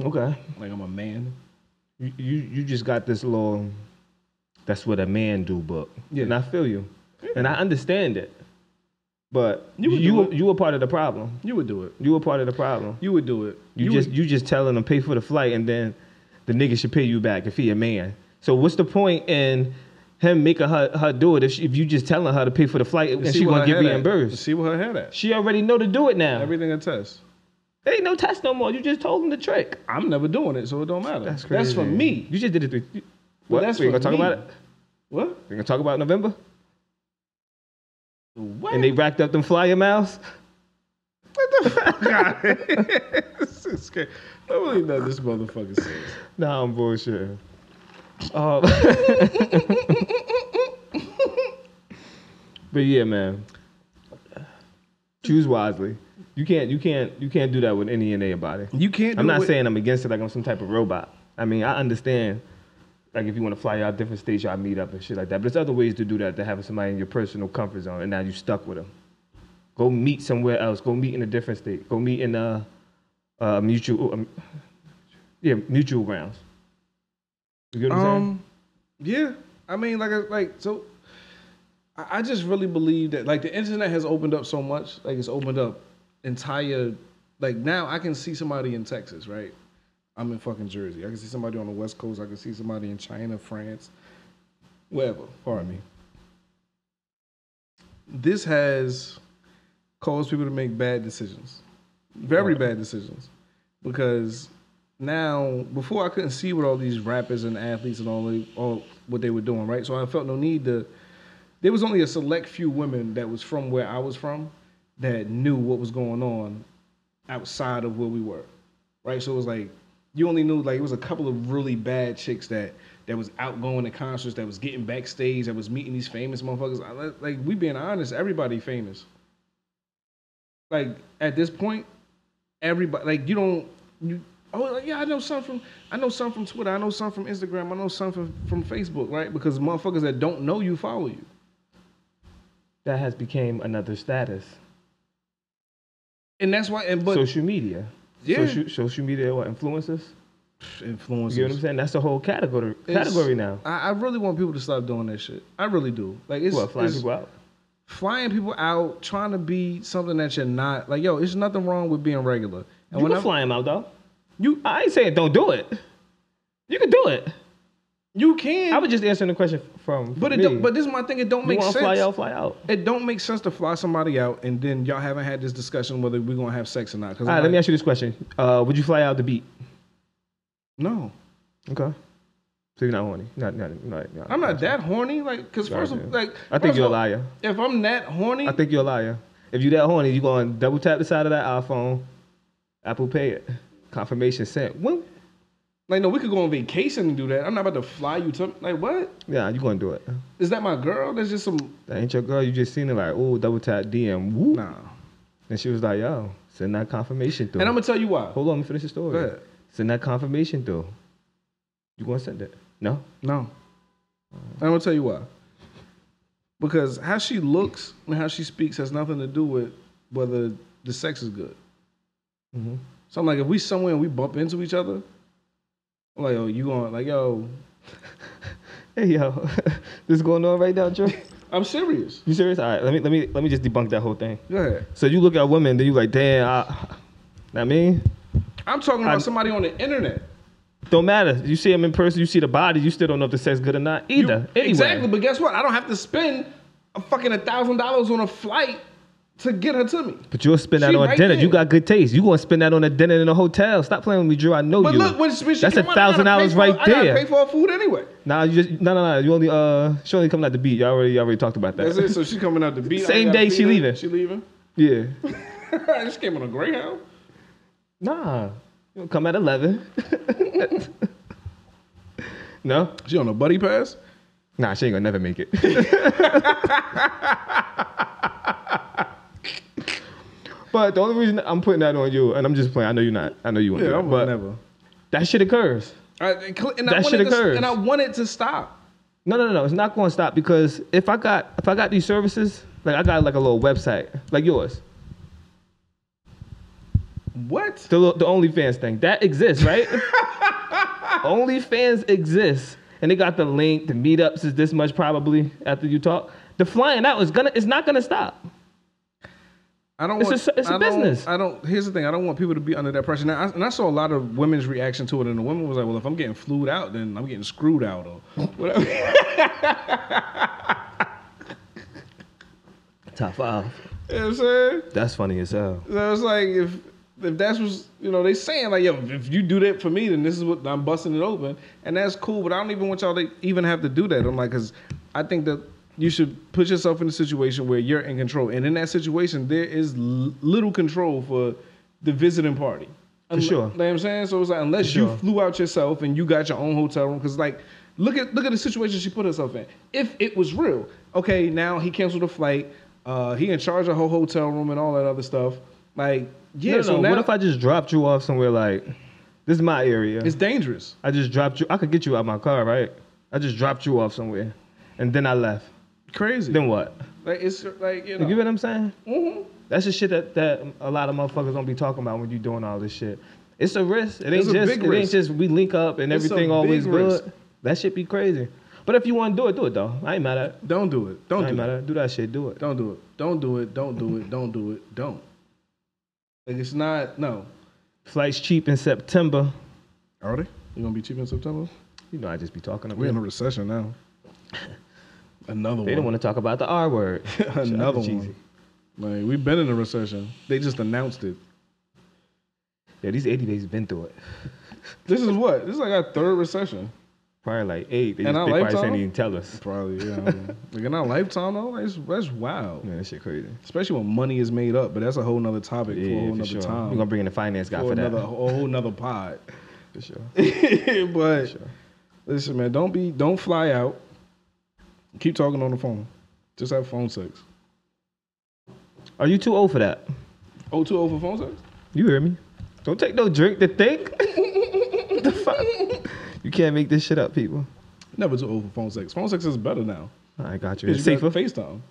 C: Okay.
B: Like I'm a man.
C: You, you you just got this little. That's what a man do book.
B: Yeah.
C: And I feel you, and I understand it. But
B: You
C: you
B: would
C: you,
B: do
C: were-
B: it.
C: you were part of the problem.
B: You would do it.
C: You were part of the problem.
B: You would do it.
C: You, just you just telling them pay for the flight and then the nigga should pay you back if he a man. So what's the point in him making her, her do it if, she, if you just telling her to pay for the flight and
B: would,
C: she gonna get
B: head at.
C: reimbursed?
B: See what her head at.
C: She already know to do it now.
B: Everything a test.
C: there ain't no test no more. You just told him the trick.
B: I'm never doing it, so it don't matter.
C: That's crazy.
B: That's for me.
C: You just did it. Through, you- what?
B: that's
C: we ain't
B: for
C: gonna talk
B: me.
C: about it.
B: What?
C: We gonna talk about November
B: What?
C: and they racked up them flyer miles.
B: God. this is scary. I don't really know what this motherfucker says.
C: Nah, I'm bullshitting. Uh, but yeah, man. Choose wisely. You can't, you can't, you can't do that with any and anybody.
B: You can't.
C: I'm
B: do
C: not
B: it.
C: saying I'm against it like I'm some type of robot. I mean, I understand, like, if you want to fly out different states, y'all meet up and shit like that. But there's other ways to do that, to having somebody in your personal comfort zone, and now you stuck with them. Go meet somewhere else. Go meet in a different state. Go meet in a, a mutual, um, yeah, mutual grounds. You get what I'm saying?
B: Um, yeah. I mean, like, I like so. I I just really believe that, like, the internet has opened up so much. Like, it's opened up entire. Like now, I can see somebody in Texas, right? I'm in fucking Jersey. I can see somebody on the West Coast. I can see somebody in China, France, wherever. Pardon me. This has caused people to make bad decisions, very bad decisions, because now before I couldn't see what all these rappers and athletes and all they, all what they were doing, right? So I felt no need to. There was only a select few women that was from where I was from that knew what was going on outside of where we were, right? So it was like you only knew like it was a couple of really bad chicks that that was out going to concerts, that was getting backstage, that was meeting these famous motherfuckers. I- Like we being honest, everybody famous. Like at this point, everybody like you don't you oh like, yeah I know some from I know some from Twitter, I know some from Instagram, I know some from, from Facebook, right? Because motherfuckers that don't know you follow you.
C: That has became another status.
B: And that's why and but
C: social media.
B: Yeah.
C: Social, social media, what, influencers?
B: influencers.
C: You get what I'm saying? That's the whole category category now.
B: I, I really want people to stop doing that shit. I really do. Like it's,
C: What, flying
B: it's-
C: people out?
B: flying people out, trying to be something that you're not. Like, yo, it's nothing wrong with being regular. And
C: You
B: when
C: can
B: I'm,
C: fly them out, though. You, I ain't saying don't do it. You can do it.
B: you can,
C: I was just answering the question from.
B: but it
C: me.
B: don't, but this is my thing. It don't
C: you
B: make
C: wanna
B: sense.
C: fly out, fly out.
B: It don't make sense to fly somebody out and then y'all haven't had this discussion whether we're gonna have sex or not. Because
C: All right, let me ask you this question: uh, Would you fly out the beat?
B: no,
C: Okay. So you're not horny. Not, not, not, not,
B: I'm not that horny. Like, because first of like,
C: I
B: first
C: think
B: of
C: you're a
B: all,
C: liar.
B: If I'm that horny,
C: I think you're a liar. If you that horny, you going to double tap the side of that iPhone, Apple Pay it, confirmation sent. When?
B: like, no, we could go on vacation and do that. I'm not about to fly you to like what?
C: Yeah, you going to do it.
B: Is that my girl? That's just some
C: That ain't your girl. You just seen it like, oh, double tap DM. Woo.
B: nah.
C: And she was like, yo, send that confirmation through.
B: And I'm gonna tell you why.
C: Hold on, let me finish the story.
B: Go ahead.
C: Send that confirmation through. You gonna send it? No.
B: No. I'm gonna tell you why. Because how she looks and how she speaks has nothing to do with whether the sex is good.
C: Mm-hmm.
B: So I'm like, if we somewhere and we bump into each other, I'm like, oh, you going like, yo,
C: Hey yo, this going on right now, Joe.
B: I'm serious.
C: You serious? All right, let me let me let me just debunk that whole thing.
B: Go ahead.
C: So you look at women, then you like, damn, I, not me.
B: I'm talking about
C: I'm-
B: somebody on the internet.
C: Don't matter. You see them in person, you see the body, you still don't know if the sex good or not
B: You-
C: either. anyway,
B: Exactly. But guess what? I don't have to spend a fucking a thousand dollars on a flight to get her to me.
C: But you'll spend that
B: She
C: on
B: right
C: dinner.
B: there.
C: You got good taste. You gonna spend that on a dinner in a hotel? Stop playing with me, Drew. I know
B: But
C: you.
B: look, when she, when she
C: That's
B: come out,
C: a
B: I gotta
C: thousand dollars
B: pay for-
C: right
B: I gotta
C: there.
B: pay for her food anyway.
C: Nah, you just no, no, no. You only uh, she only coming out the beat. You already, you already talked about that.
B: That's it. So she coming out the beat. I
C: Same
B: gotta
C: day
B: feed
C: she
B: her.
C: leaving.
B: She leaving.
C: Yeah.
B: she came on a Greyhound.
C: Nah, you gonna come at eleven. no,
B: She on a buddy pass.
C: nah, she ain't gonna never make it. but the only reason I'm putting that on you, and I'm just playing. I know you're not. I know you won't. do
B: Yeah,
C: that,
B: I'm
C: but
B: never.
C: that shit occurs.
B: I, and cl- and I
C: That shit
B: wanted to,
C: occurs.
B: and I wanted to stop.
C: No, no, no, no. It's not going to stop because if I got if I got these services, like I got like a little website like yours,
B: What?
C: the little- the OnlyFans thing that exists, right? OnlyFans exists, and they got the link. The meetups is this much probably after you talk. The flying out is gonna it's not gonna stop.
B: I don't.
C: It's
B: want,
C: a- it's a
B: I don't-
C: business.
B: I don't. Here's the thing. I don't want people to be under that pressure. Now, I, and I saw a lot of women's reaction to it, and the women was like, "Well, if I'm getting flued out, then I'm getting screwed out, or whatever."
C: Top five.
B: you know what I'm saying?
C: That's funny as hell.
B: So it's like if if that's what you know they saying like yo if you do that for me then this is what I'm busting it open and that's cool but I don't even want y'all to even have to do that I'm like because I think that you should put yourself in a situation where you're in control. And in that situation, there is l- little control for the visiting party. Unle-
C: sure.
B: know what I'm saying? So it's like unless you
C: sure.
B: flew out yourself and you got your own hotel room, because like look at look at the situation she put herself in. If it was real, okay, now he canceled the flight. Uh, he in charge of her hotel room and all that other stuff. Like yeah,
C: Yeah, no,
B: so
C: no,
B: now
C: what if I just dropped you off somewhere like this is my area?
B: it's dangerous.
C: I just dropped you. I could get you out my car, right? I just dropped you off somewhere, and then I left.
B: Crazy.
C: Then what?
B: like it's like you know.
C: You get what I'm saying?
B: Mhm.
C: That's the shit that, that a lot of motherfuckers don't be talking about when you doing all this shit. It's a risk. It ain't
B: It's a
C: just
B: big
C: it ain't
B: risk.
C: just we link up and
B: It's a
C: everything always
B: big
C: good.
B: risk.
C: That shit be crazy. But if you want to do it, do it though. I ain't mad at. it.
B: Don't do it. Don't
C: I ain't
B: do it.
C: mad at. it. Do that shit. Do it.
B: Don't do it. Don't do it. Don't do it. Don't do it. Don't. Like it's not. No.
C: Flights cheap in September.
B: Are they? You're gonna be cheap in September.
C: You know I just be talking about.
B: We're in a recession now. Another
C: They
B: one.
C: don't want to talk about the R word. Shout out to
B: Another
C: Jeezy.
B: one. Like we've been in a recession. They just announced it.
C: Yeah, these 80 days been through it.
B: This is what? This is like our third recession.
C: Probably like eight. They,
B: And
C: just,
B: our
C: they probably
B: lifetime?
C: didn't even tell us.
B: Probably, yeah. like in our lifetime though, that's that's wild.
C: Man, that shit crazy.
B: Especially when money is made up, but that's a whole nother topic for a
C: Yeah,
B: whole
C: for
B: nother
C: sure.
B: time.
C: We're gonna bring in the finance guy
B: for
C: for that.
B: another a whole nother pod.
C: For sure.
B: but listen, man, don't be don't fly out. Keep talking on the phone. Just have phone sex.
C: Are you too old for that?
B: O two O Oh, for phone sex?
C: You hear me? Don't take no drink to think. the fuck? You can't make this shit up, people.
B: Never too old for phone sex. Phone sex is better now.
C: I got you.
B: 'Cause
C: It's
B: you got
C: safer.
B: FaceTime.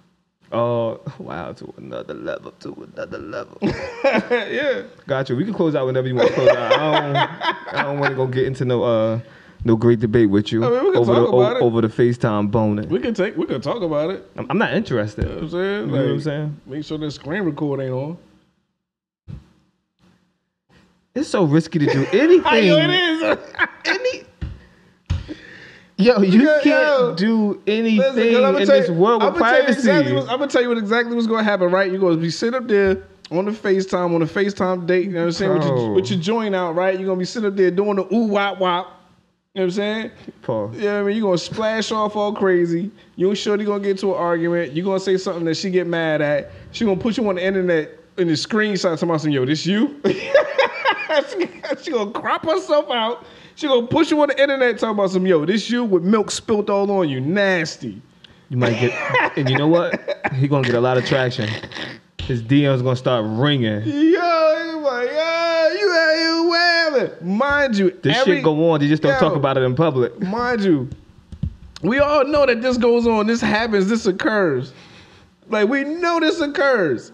C: Oh, wow. To another level. To another level.
B: yeah.
C: got you. We can close out whenever you want to close out. I don't, I don't want to go get into no uh no great debate with you
B: I mean, we can
C: over
B: talk
C: the o-
B: about it.
C: over the FaceTime boning.
B: We could take we could talk about it.
C: I'm, I'm not interested.
B: You know what I'm saying?
C: You know what I'm
B: Like,
C: saying?
B: Make sure the screen record ain't on.
C: It's so risky to do anything.
B: is.
C: Any. Yo, you
B: Yo,
C: can't
B: yo.
C: do anything
B: Listen, 'cause I'ma
C: in
B: tell
C: this
B: you-
C: world with
B: I'ma tell you
C: privacy.
B: exactly what's- I'ma tell you what exactly what's gonna happen, right? You're gonna be sitting up there on the FaceTime, on the FaceTime date, you know what I'm saying? With your,
C: Bro.
B: with your joint out, right? You're gonna be sitting up there doing the ooh wop wop. You know what I'm saying?
C: Paul.
B: You know what I mean? You're gonna splash off all crazy. You and Shorty gonna get to an argument. You're gonna say something that she get mad at. She gonna put you on the internet in the screenshot somebody saying, yo, this you? she, she gonna crop herself out. She gonna push you on the internet talking about some, yo, this you with milk spilt all on you. Nasty.
C: You might get, and you know what? He gonna get a lot of traction. His DMs gonna start ringing.
B: Yo, you like, yo, you out here whaling. Mind you,
C: This
B: every-
C: shit go on. They just don't
B: Yo.
C: talk about it in public.
B: mind you, we all know that this goes on, this happens, this occurs. Like we know this occurs,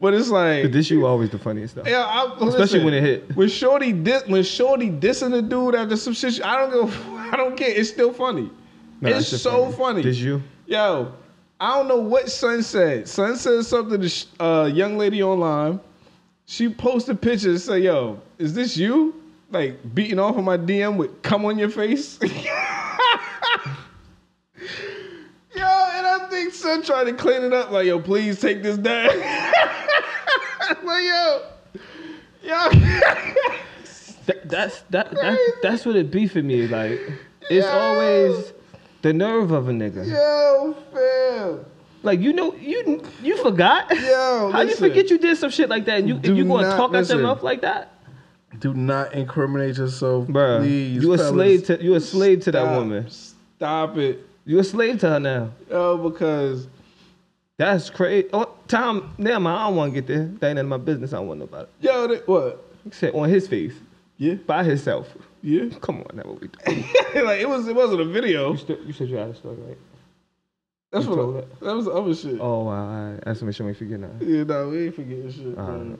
B: but it's like,
C: This you always the funniest though.
B: yeah, I,
C: Especially when it hit.
B: When Shorty dis, when Shorty dissing the dude after some shit, I don't go, I don't care. It's still funny.
C: No, that
B: it's
C: shit
B: so funny.
C: This you?
B: Yo, I don't know what Sun said. Sun said something to sh- uh, young lady online. She posted pictures. Say, yo, is this you? Like beating off on my DM with "come on your face." yo, and I think Sun tried to clean it up. Like, yo, please take this down. like, yo, yo,
C: That, that's that, that that's what it be for me. Like it's
B: Yo.
C: always the nerve of a nigga.
B: yo, fam.
C: Like you know you you forgot.
B: Yo,
C: How you
B: listen.
C: forget you did some shit like that? And you
B: Do
C: and you gonna
B: not
C: talk at
B: listen.
C: them up like that,
B: Do not incriminate yourself,
C: Bruh,
B: Please,
C: you a
B: fellas.
C: slave to you a slave to that
B: Stop.
C: woman.
B: Stop it.
C: You a slave to her now.
B: Oh, because
C: That's crazy. Oh, Tom, never mind. I don't want to get there. That ain't none of my business. I don't want nobody.
B: yo, that, what?
C: Except on his face,
B: Yeah,
C: by himself.
B: yeah.
C: Come on, that what we do.
B: like it was, it wasn't a video.
C: You, still, you said you had a story, right?
B: That's
C: You
B: what.
C: told
B: I, that was the other shit.
C: Oh, wow. all right. I have to make sure we ain't forget that.
B: Yeah, no, we ain't forgetting shit.
C: All
B: man.
C: right.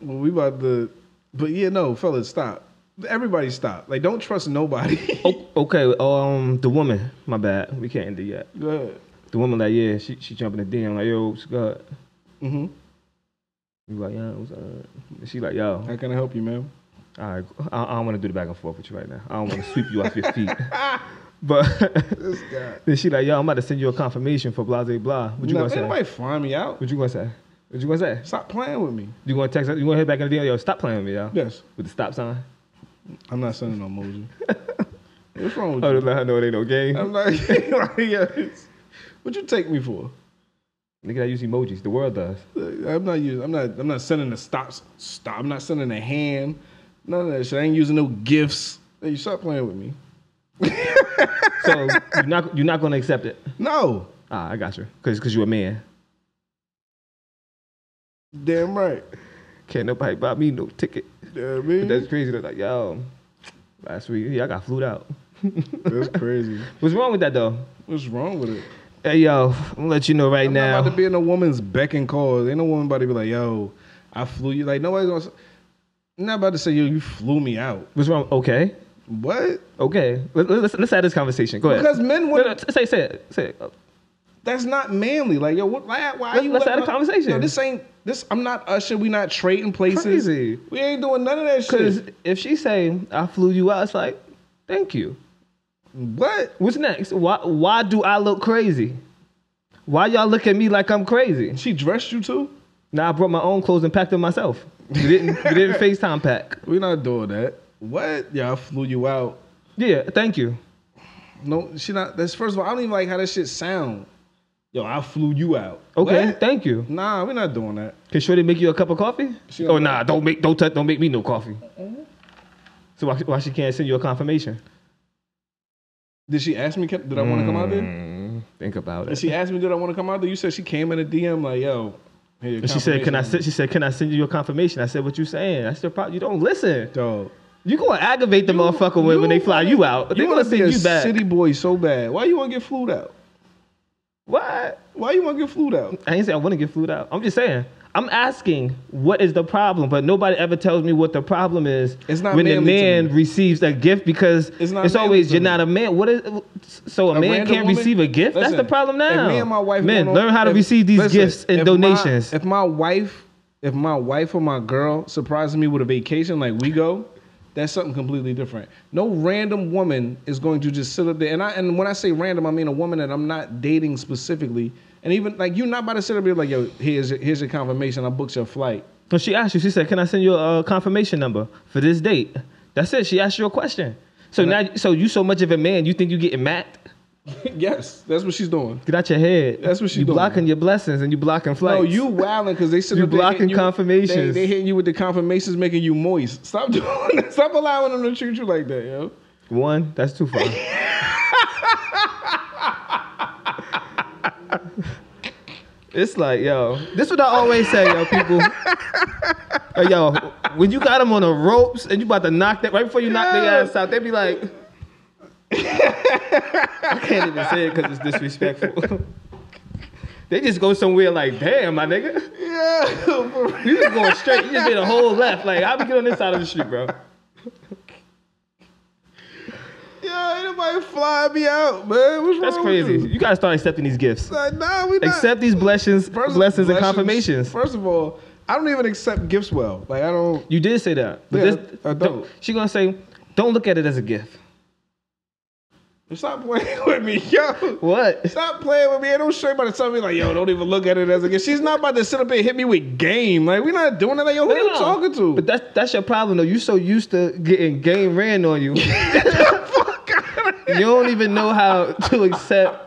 B: Well, we about to, but yeah, no, fellas, stop. Everybody, stop. Like, don't trust nobody.
C: Oh, okay. Um, the woman. My bad. We can't end it yet.
B: Go ahead.
C: The woman, like, yeah, she she jumping the DM, like, yo, what's good?
B: hmm
C: You like, yeah, what's good? And she like, yo,
B: How can I help you, ma'am?
C: all right. I, I don't want to do the back and forth with you right now. I don't want to sweep you off your feet. But
B: This guy.
C: then she like, yo, I'm about to send you a confirmation for blah blah blah. What you
B: No,
C: gonna
B: ain't
C: say?
B: nobody find me out.
C: What you gonna say? What you gonna say?
B: Stop playing with me.
C: You gonna text? You gonna hit back in the DM? Yo, stop playing with me, yo.
B: Yes,
C: With the stop sign.
B: I'm not sending no emoji. What's wrong with
C: Oh,
B: you?
C: just let her know it ain't no game.
B: I'm like, like, yeah, it's- What you take me for?
C: Look at I use emojis. The world does.
B: I'm not using. I'm not. I'm not sending a stop. Stop. I'm not sending a hand. None of that shit. I ain't using no gifts. Hey, you stop playing with me.
C: So you're not you're not gonna accept it.
B: No.
C: Ah, I got you. Cause cause you a man.
B: Damn right.
C: Can't nobody buy me no ticket.
B: You know what I
C: But
B: mean?
C: that's crazy. They're like, yo, last week, yeah, I got flued out.
B: That's crazy.
C: What's wrong with that though?
B: What's wrong with it?
C: Hey yo, I'm gonna let you know right
B: I'm
C: now.
B: not about to be in a woman's beck and call. Ain't no woman about to be like, yo, I flew you. Like nobody's gonna. s- I'm not about to say yo, you flew me out.
C: What's wrong? Okay,
B: What?
C: okay. Let, let, let's let's have this conversation. Go ahead.
B: Because men
C: no,
B: would.
C: no, say say it. Say it.
B: That's not manly. Like yo, what, why, why are
C: Let's-
B: you?
C: let's
B: letting
C: have a
B: us-
C: conversation.
B: Yo, this ain't. This I'm not Usher. We not trading places.
C: Crazy.
B: We ain't doing none of that
C: Because
B: shit.
C: if she say I flew you out, it's like, thank you.
B: What?
C: What's next? Why why do I look crazy? Why y'all look at me like I'm crazy?
B: She dressed you too?
C: Now I brought my own clothes and packed them myself. We didn't we didn't FaceTime pack.
B: We not doing that. What? Yeah, I flew you out.
C: Yeah, thank you.
B: No, she not. That's first of all, I don't even like how that shit sound. Yo, I flew you out.
C: Okay,
B: What?
C: thank you.
B: Nah, we not doing that.
C: Can Shorty make you a cup of coffee?
B: She
C: oh
B: don't-
C: nah, don't make Mm-hmm. don't touch, don't make me no coffee. So why, why she can't send you a confirmation?
B: Did she ask me? Did I want to come out there?
C: Hmm. Think about
B: And
C: it.
B: she asked me, did I want to come out there? You said she came in a DM like, yo. Hey,
C: And she said, "Can I?" Send, she said, "Can I send you a confirmation?" I said, "What you saying? That's your problem. You don't listen.
B: Dog.
C: You gonna aggravate the motherfucker when, when they fly you out. They
B: You
C: gonna
B: want to be a
C: send you back.
B: city boy so bad. Why you want to get flued out?
C: What?
B: Why you want to get flued out?
C: I ain't saying I want to get flued out. I'm just saying. I'm asking what is the problem, but nobody ever tells me what the problem is.
B: It's not
C: when a
B: manly to
C: man
B: me.
C: receives a gift because
B: It's
C: it's,
B: not manly
C: always
B: to
C: you're
B: me.
C: not a man. What is so a, man
B: random
C: can't
B: woman-
C: receive a gift? That's
B: Listen,
C: the problem now.
B: If me and my wife
C: men
B: going on-
C: learn how to
B: if-
C: receive these
B: listen,
C: gifts
B: if
C: and
B: my-
C: donations.
B: if my wife, if my wife or my girl surprises me with a vacation like we go, that's something completely different. No random woman is going to just sit up there. And I and when I say random, I mean a woman that I'm not dating specifically. And even like you're not about to sit up there like, yo, here's your, here's your confirmation. I booked your flight.
C: When she asked you, she said, "Can I send you a uh, confirmation number for this date?" That's it. She asked you a question. So now, so you so much of a man, you think you getting mad?
B: yes, that's what she's doing.
C: Get out your head.
B: That's what she
C: You
B: doing.
C: blocking your blessings and you blocking
B: No,
C: flights.
B: you wilding because they sit
C: You
B: up there hitting
C: blocking confirmations.
B: They, they hitting you with the confirmations, making you moist. Stop doing that. Stop allowing them to treat you like that, yo.
C: One, that's too far. it's like, yo, this what I always say, yo, people. Uh, yo, when you got them on the ropes and you about to knock that right before you knock their ass out, they be like, I can't even say it because it's disrespectful. they just go somewhere like, damn, my nigga.
B: Yeah, for real.
C: You just going straight. You just made a whole left. Like, I'll be getting on this side of the street, bro.
B: yeah. Ain't nobody fly me out, man. What's
C: That's
B: wrong
C: crazy.
B: With you?
C: You gotta start accepting these gifts.
B: Like, nah, we not.
C: Accept these blessings, blessings, and confirmations.
B: First of all, I don't even accept gifts well. Like I don't.
C: You did say that. But
B: Yeah,
C: this,
B: I don't.
C: She gonna say, "Don't look at it as a gift."
B: Stop playing with me, yo.
C: What?
B: Stop playing with me. Ain't no straight about to tell me like, yo, don't even look at it as a gift. She's not about to sit up here and hit me with game. Like we not doing that. Like yo, who you talking to?
C: But that's that's your problem though. You so used to getting game ran on you. You don't even know how to accept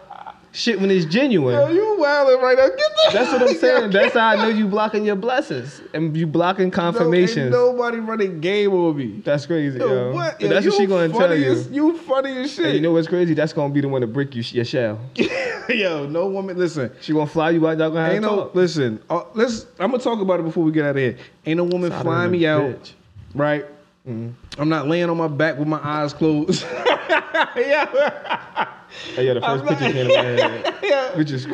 C: shit when it's
B: Yo,
C: genuine.
B: you wildin' right now. Get the
C: That's what I'm saying.
B: Yo,
C: That's how I know you blocking your blessings and you blocking confirmations.
B: Ain't nobody running game over me.
C: That's crazy,
B: Yo,
C: yo.
B: what?
C: But
B: Yo,
C: that's what
B: you
C: she gonna tell
B: funny
C: you.
B: as- You funny as shit.
C: And you know what's crazy? That's gonna be the one to break you sh- your shell.
B: yo, no woman. Listen,
C: She gonna fly you out. Y'all gonna have
B: ain't
C: to
B: no.
C: talk.
B: Listen, uh, let's. I'm gonna talk about it before we get out of here. Ain't no woman
C: Side of
B: flying
C: the
B: me out,
C: bitch. Mm-hmm.
B: right? I'm not laying on my back with my eyes closed. yeah.
C: Hey, yo, the
B: I'm
C: first picture
B: not-
C: came to my head,
B: yeah.
C: which is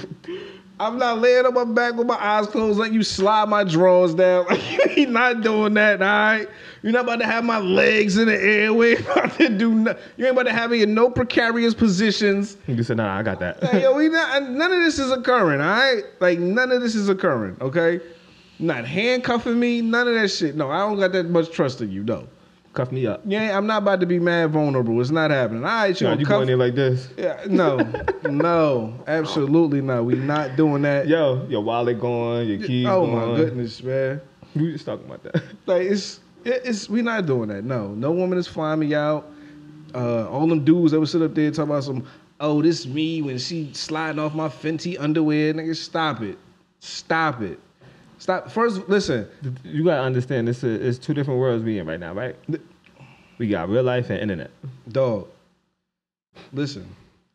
B: I'm not laying on my back with my eyes closed. Let you slide my drawers down. You're not doing that, all right? You're not about to have my legs in the air. We ain't about to do no, You ain't about to have me in no precarious positions.
C: You said, nah, I got that.
B: Like, yo, we not, none of this is occurring, all right? Like, none of this is occurring, okay? Not handcuffing me, none of that shit. No, I don't got that much trust in you, though.
C: Cuff me up.
B: Yeah, I'm not about to be mad vulnerable. It's not happening. All right, you
C: Nah,
B: gonna
C: you
B: cuff-
C: going in like this.
B: Yeah, no, no, absolutely not. We not doing that.
C: Yo, your wallet gone, your keys
B: oh
C: gone.
B: my goodness, man!
C: We just talking about that.
B: Like it's it- it's we not doing that. No, no woman is flying me out. Uh, all them dudes that would sit up there talking about some. oh, this me when she sliding off my Fenty underwear, nigga. Stop it. Stop it. Stop. First, listen.
C: You gotta understand this is it's two different worlds we in right now, right? We got real life and internet.
B: Dog. Listen.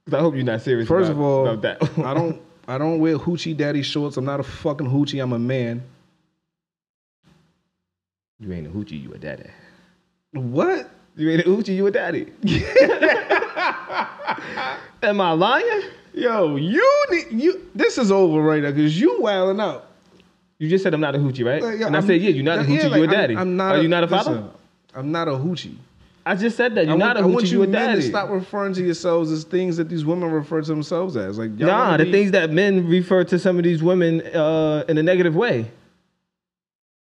C: 'Cause I hope you're not serious.
B: First of
C: about-
B: all,
C: about that.
B: I don't I don't wear hoochie daddy shorts. I'm not a fucking hoochie. I'm a man.
C: You ain't a hoochie, you a daddy.
B: What?
C: You ain't a hoochie, you a daddy. Am I lying?
B: Yo, you need you. This is over right now because you wilding out.
C: You just said I'm not a hoochie, right?
B: Like, yo,
C: and i
B: I'm-
C: said, yeah, you're not a
B: Uh, yeah,
C: hoochie,
B: like,
C: you a
B: I'm-
C: daddy.
B: I'm, not.
C: Are
B: a,
C: you not a father?
B: listen, I'm not a hoochie.
C: I just said that. You're
B: I want,
C: not a
B: I want
C: hoochie, you a
B: men
C: daddy.
B: to stop referring to yourselves as things that these women refer to themselves as. Like y'all
C: Nah,
B: wanna
C: the
B: be-
C: things that men refer to some of these women uh, in a negative way.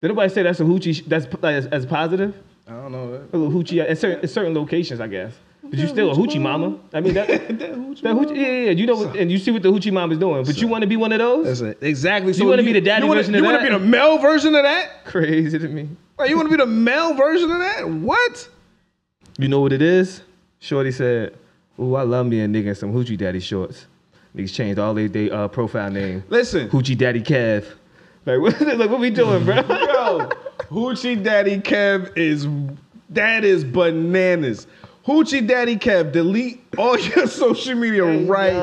C: Did anybody say that's a hoochie? sh- That's p- like, as, as positive.
B: I don't know.
C: A little hoochie in certain, in certain locations, I guess. But you still a hoochie mama. I mean that. that
B: hoochie
C: hoochie, yeah, yeah, yeah. You know, what, and you see what the hoochie mama's doing. But you want to be one of those?
B: That's it. Exactly. So
C: wanna be the daddy
B: you wanna-
C: version of
B: You want
C: that?
B: to be the male version of that?
C: Crazy to me.
B: Like, you want to be the male version of that? What?
C: You know what it is? Shorty said, "Ooh, I love me a nigga in some hoochie daddy shorts." Niggas changed all their, they uh, profile name.
B: Listen,
C: Hoochie daddy Kev. Like what? like what we doing, bro?
B: Yo, Hoochie Daddy Kev is that is bananas. Hoochie Daddy Kev, delete all your social media right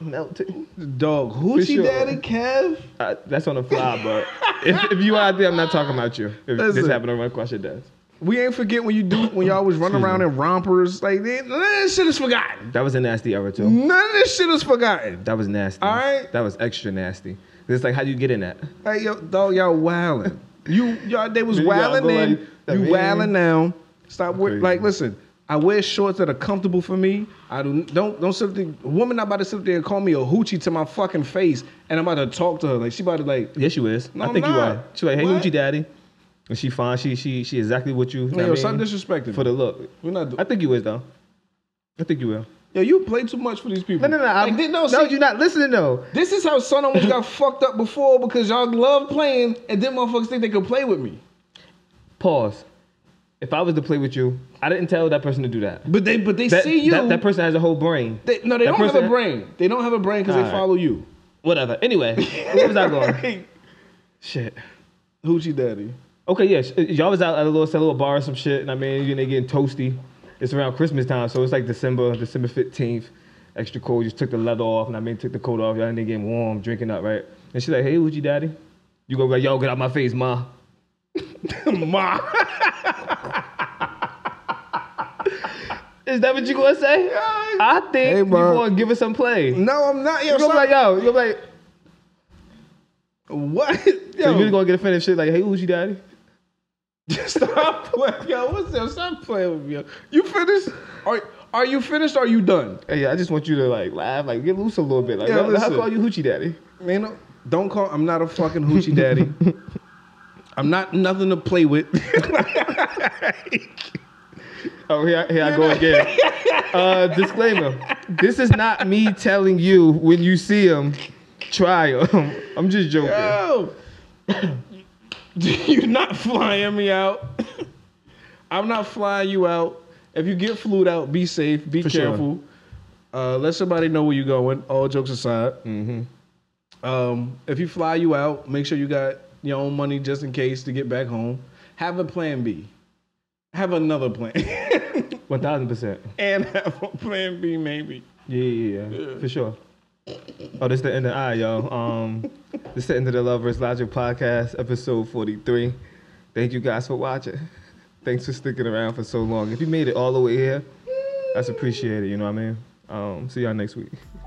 C: Melting.
B: now. Dog, Hoochie
C: sure.
B: Daddy Kev?
C: Uh, that's on the fly, but if, if you out there, I'm not talking about you. If this
B: Listen.
C: happened on my question, does.
B: We ain't forget when you do when y'all was running around in rompers. Like they- none of this shit is forgotten.
C: That was a nasty era too.
B: None of this shit is forgotten.
C: That was nasty.
B: Mm. All right.
C: That was extra nasty. It's like how do you get in that?
B: Hey yo, dog, y'all wildin'. You y'all they was
C: You gotta go
B: wildin' in,
C: like- I
B: you
C: mean-
B: wildin' now. Stop wear,
C: Crazy.
B: like listen. I wear shorts that are comfortable for me. I do don't don't sit there, a woman not about to sit there and call me a hoochie to my fucking face and I'm about to talk to her. Like she about to like
C: Yes, you is.
B: No,
C: I
B: I'm
C: think you
B: not.
C: are. She like, hey,
B: What?
C: hoochie daddy, and she fine. She she she exactly what you.
B: yo,
C: I mean,
B: stop disrespecting.
C: for the look.
B: We're not do-
C: I think you is though. I think you will.
B: yo, you play too much for these people.
C: No, no, no.
B: Like,
C: I'm,
B: did- no,
C: no,
B: see,
C: you're not listening though.
B: this is how son almost got fucked up before because y'all love playing and then motherfuckers think they can play with me.
C: Pause. If I was to play with you, I didn't tell that person to do that.
B: But they but they
C: That,
B: see you.
C: that, that person has a whole brain.
B: they, no, they
C: that
B: don't have
C: person-
B: a brain. They don't have a brain because they
C: Alright.
B: follow you.
C: Whatever. Anyway, where was I going? Shit.
B: Hoochie Daddy.
C: Okay, yeah. sh- uh, Y'all was out at a little, at a little bar or some shit, and I mean, you know, they getting toasty. It's around Christmas time, so it's like December, December 15th. Extra cold. You just took the leather off, and I mean, took the coat off. Y'all in there getting warm, drinking up, right? And she's like, hey, Uji Daddy. You go like, yo, get out my face, ma.
B: Ma.
C: Is that what you gonna say? I think
B: Hey,
C: you
B: Ma.
C: gonna give it some play. You
B: No, I'm not. Yo,
C: gonna be
B: son.
C: like, yo, you gonna be like,
B: what?
C: so you
B: Yo,
C: gonna get offended shit like, hey, Uji Daddy.
B: stop playing. Yo, what's up? Stop playing with me. yo. You finished? Are Are you finished? Or are you done?
C: Hey, I just want you to like laugh, like get loose a little bit. Like,
B: Yeah,
C: let- let her
B: listen.
C: call you Hoochie Daddy.
B: Man, no, don't call. I'm not a fucking hoochie daddy. I'm not nothing to play with.
C: Oh, here, I- here I go again. uh, disclaimer: This is not me telling you when you see him, try him. I'm just joking.
B: Yo, you're not flying me out. I'm not flying you out. If you get flued out, be safe. Be
C: For sure.
B: careful. Uh, let somebody know where you're going. All jokes aside.
C: Mm-hmm.
B: Um, if you fly you out, make sure you got your own money just in case to get back home. Have a plan B. Have another plan.
C: One thousand percent.
B: and have a plan B maybe.
C: Yeah, yeah, yeah, for sure. Oh, this the end of I, y'all. Um, this the end of the Lovers Logic podcast, episode forty-three. Thank you guys for watching. Thanks for sticking around for so long. If you made it all the way here, that's appreciated. You know what I mean? Um, see y'all next week.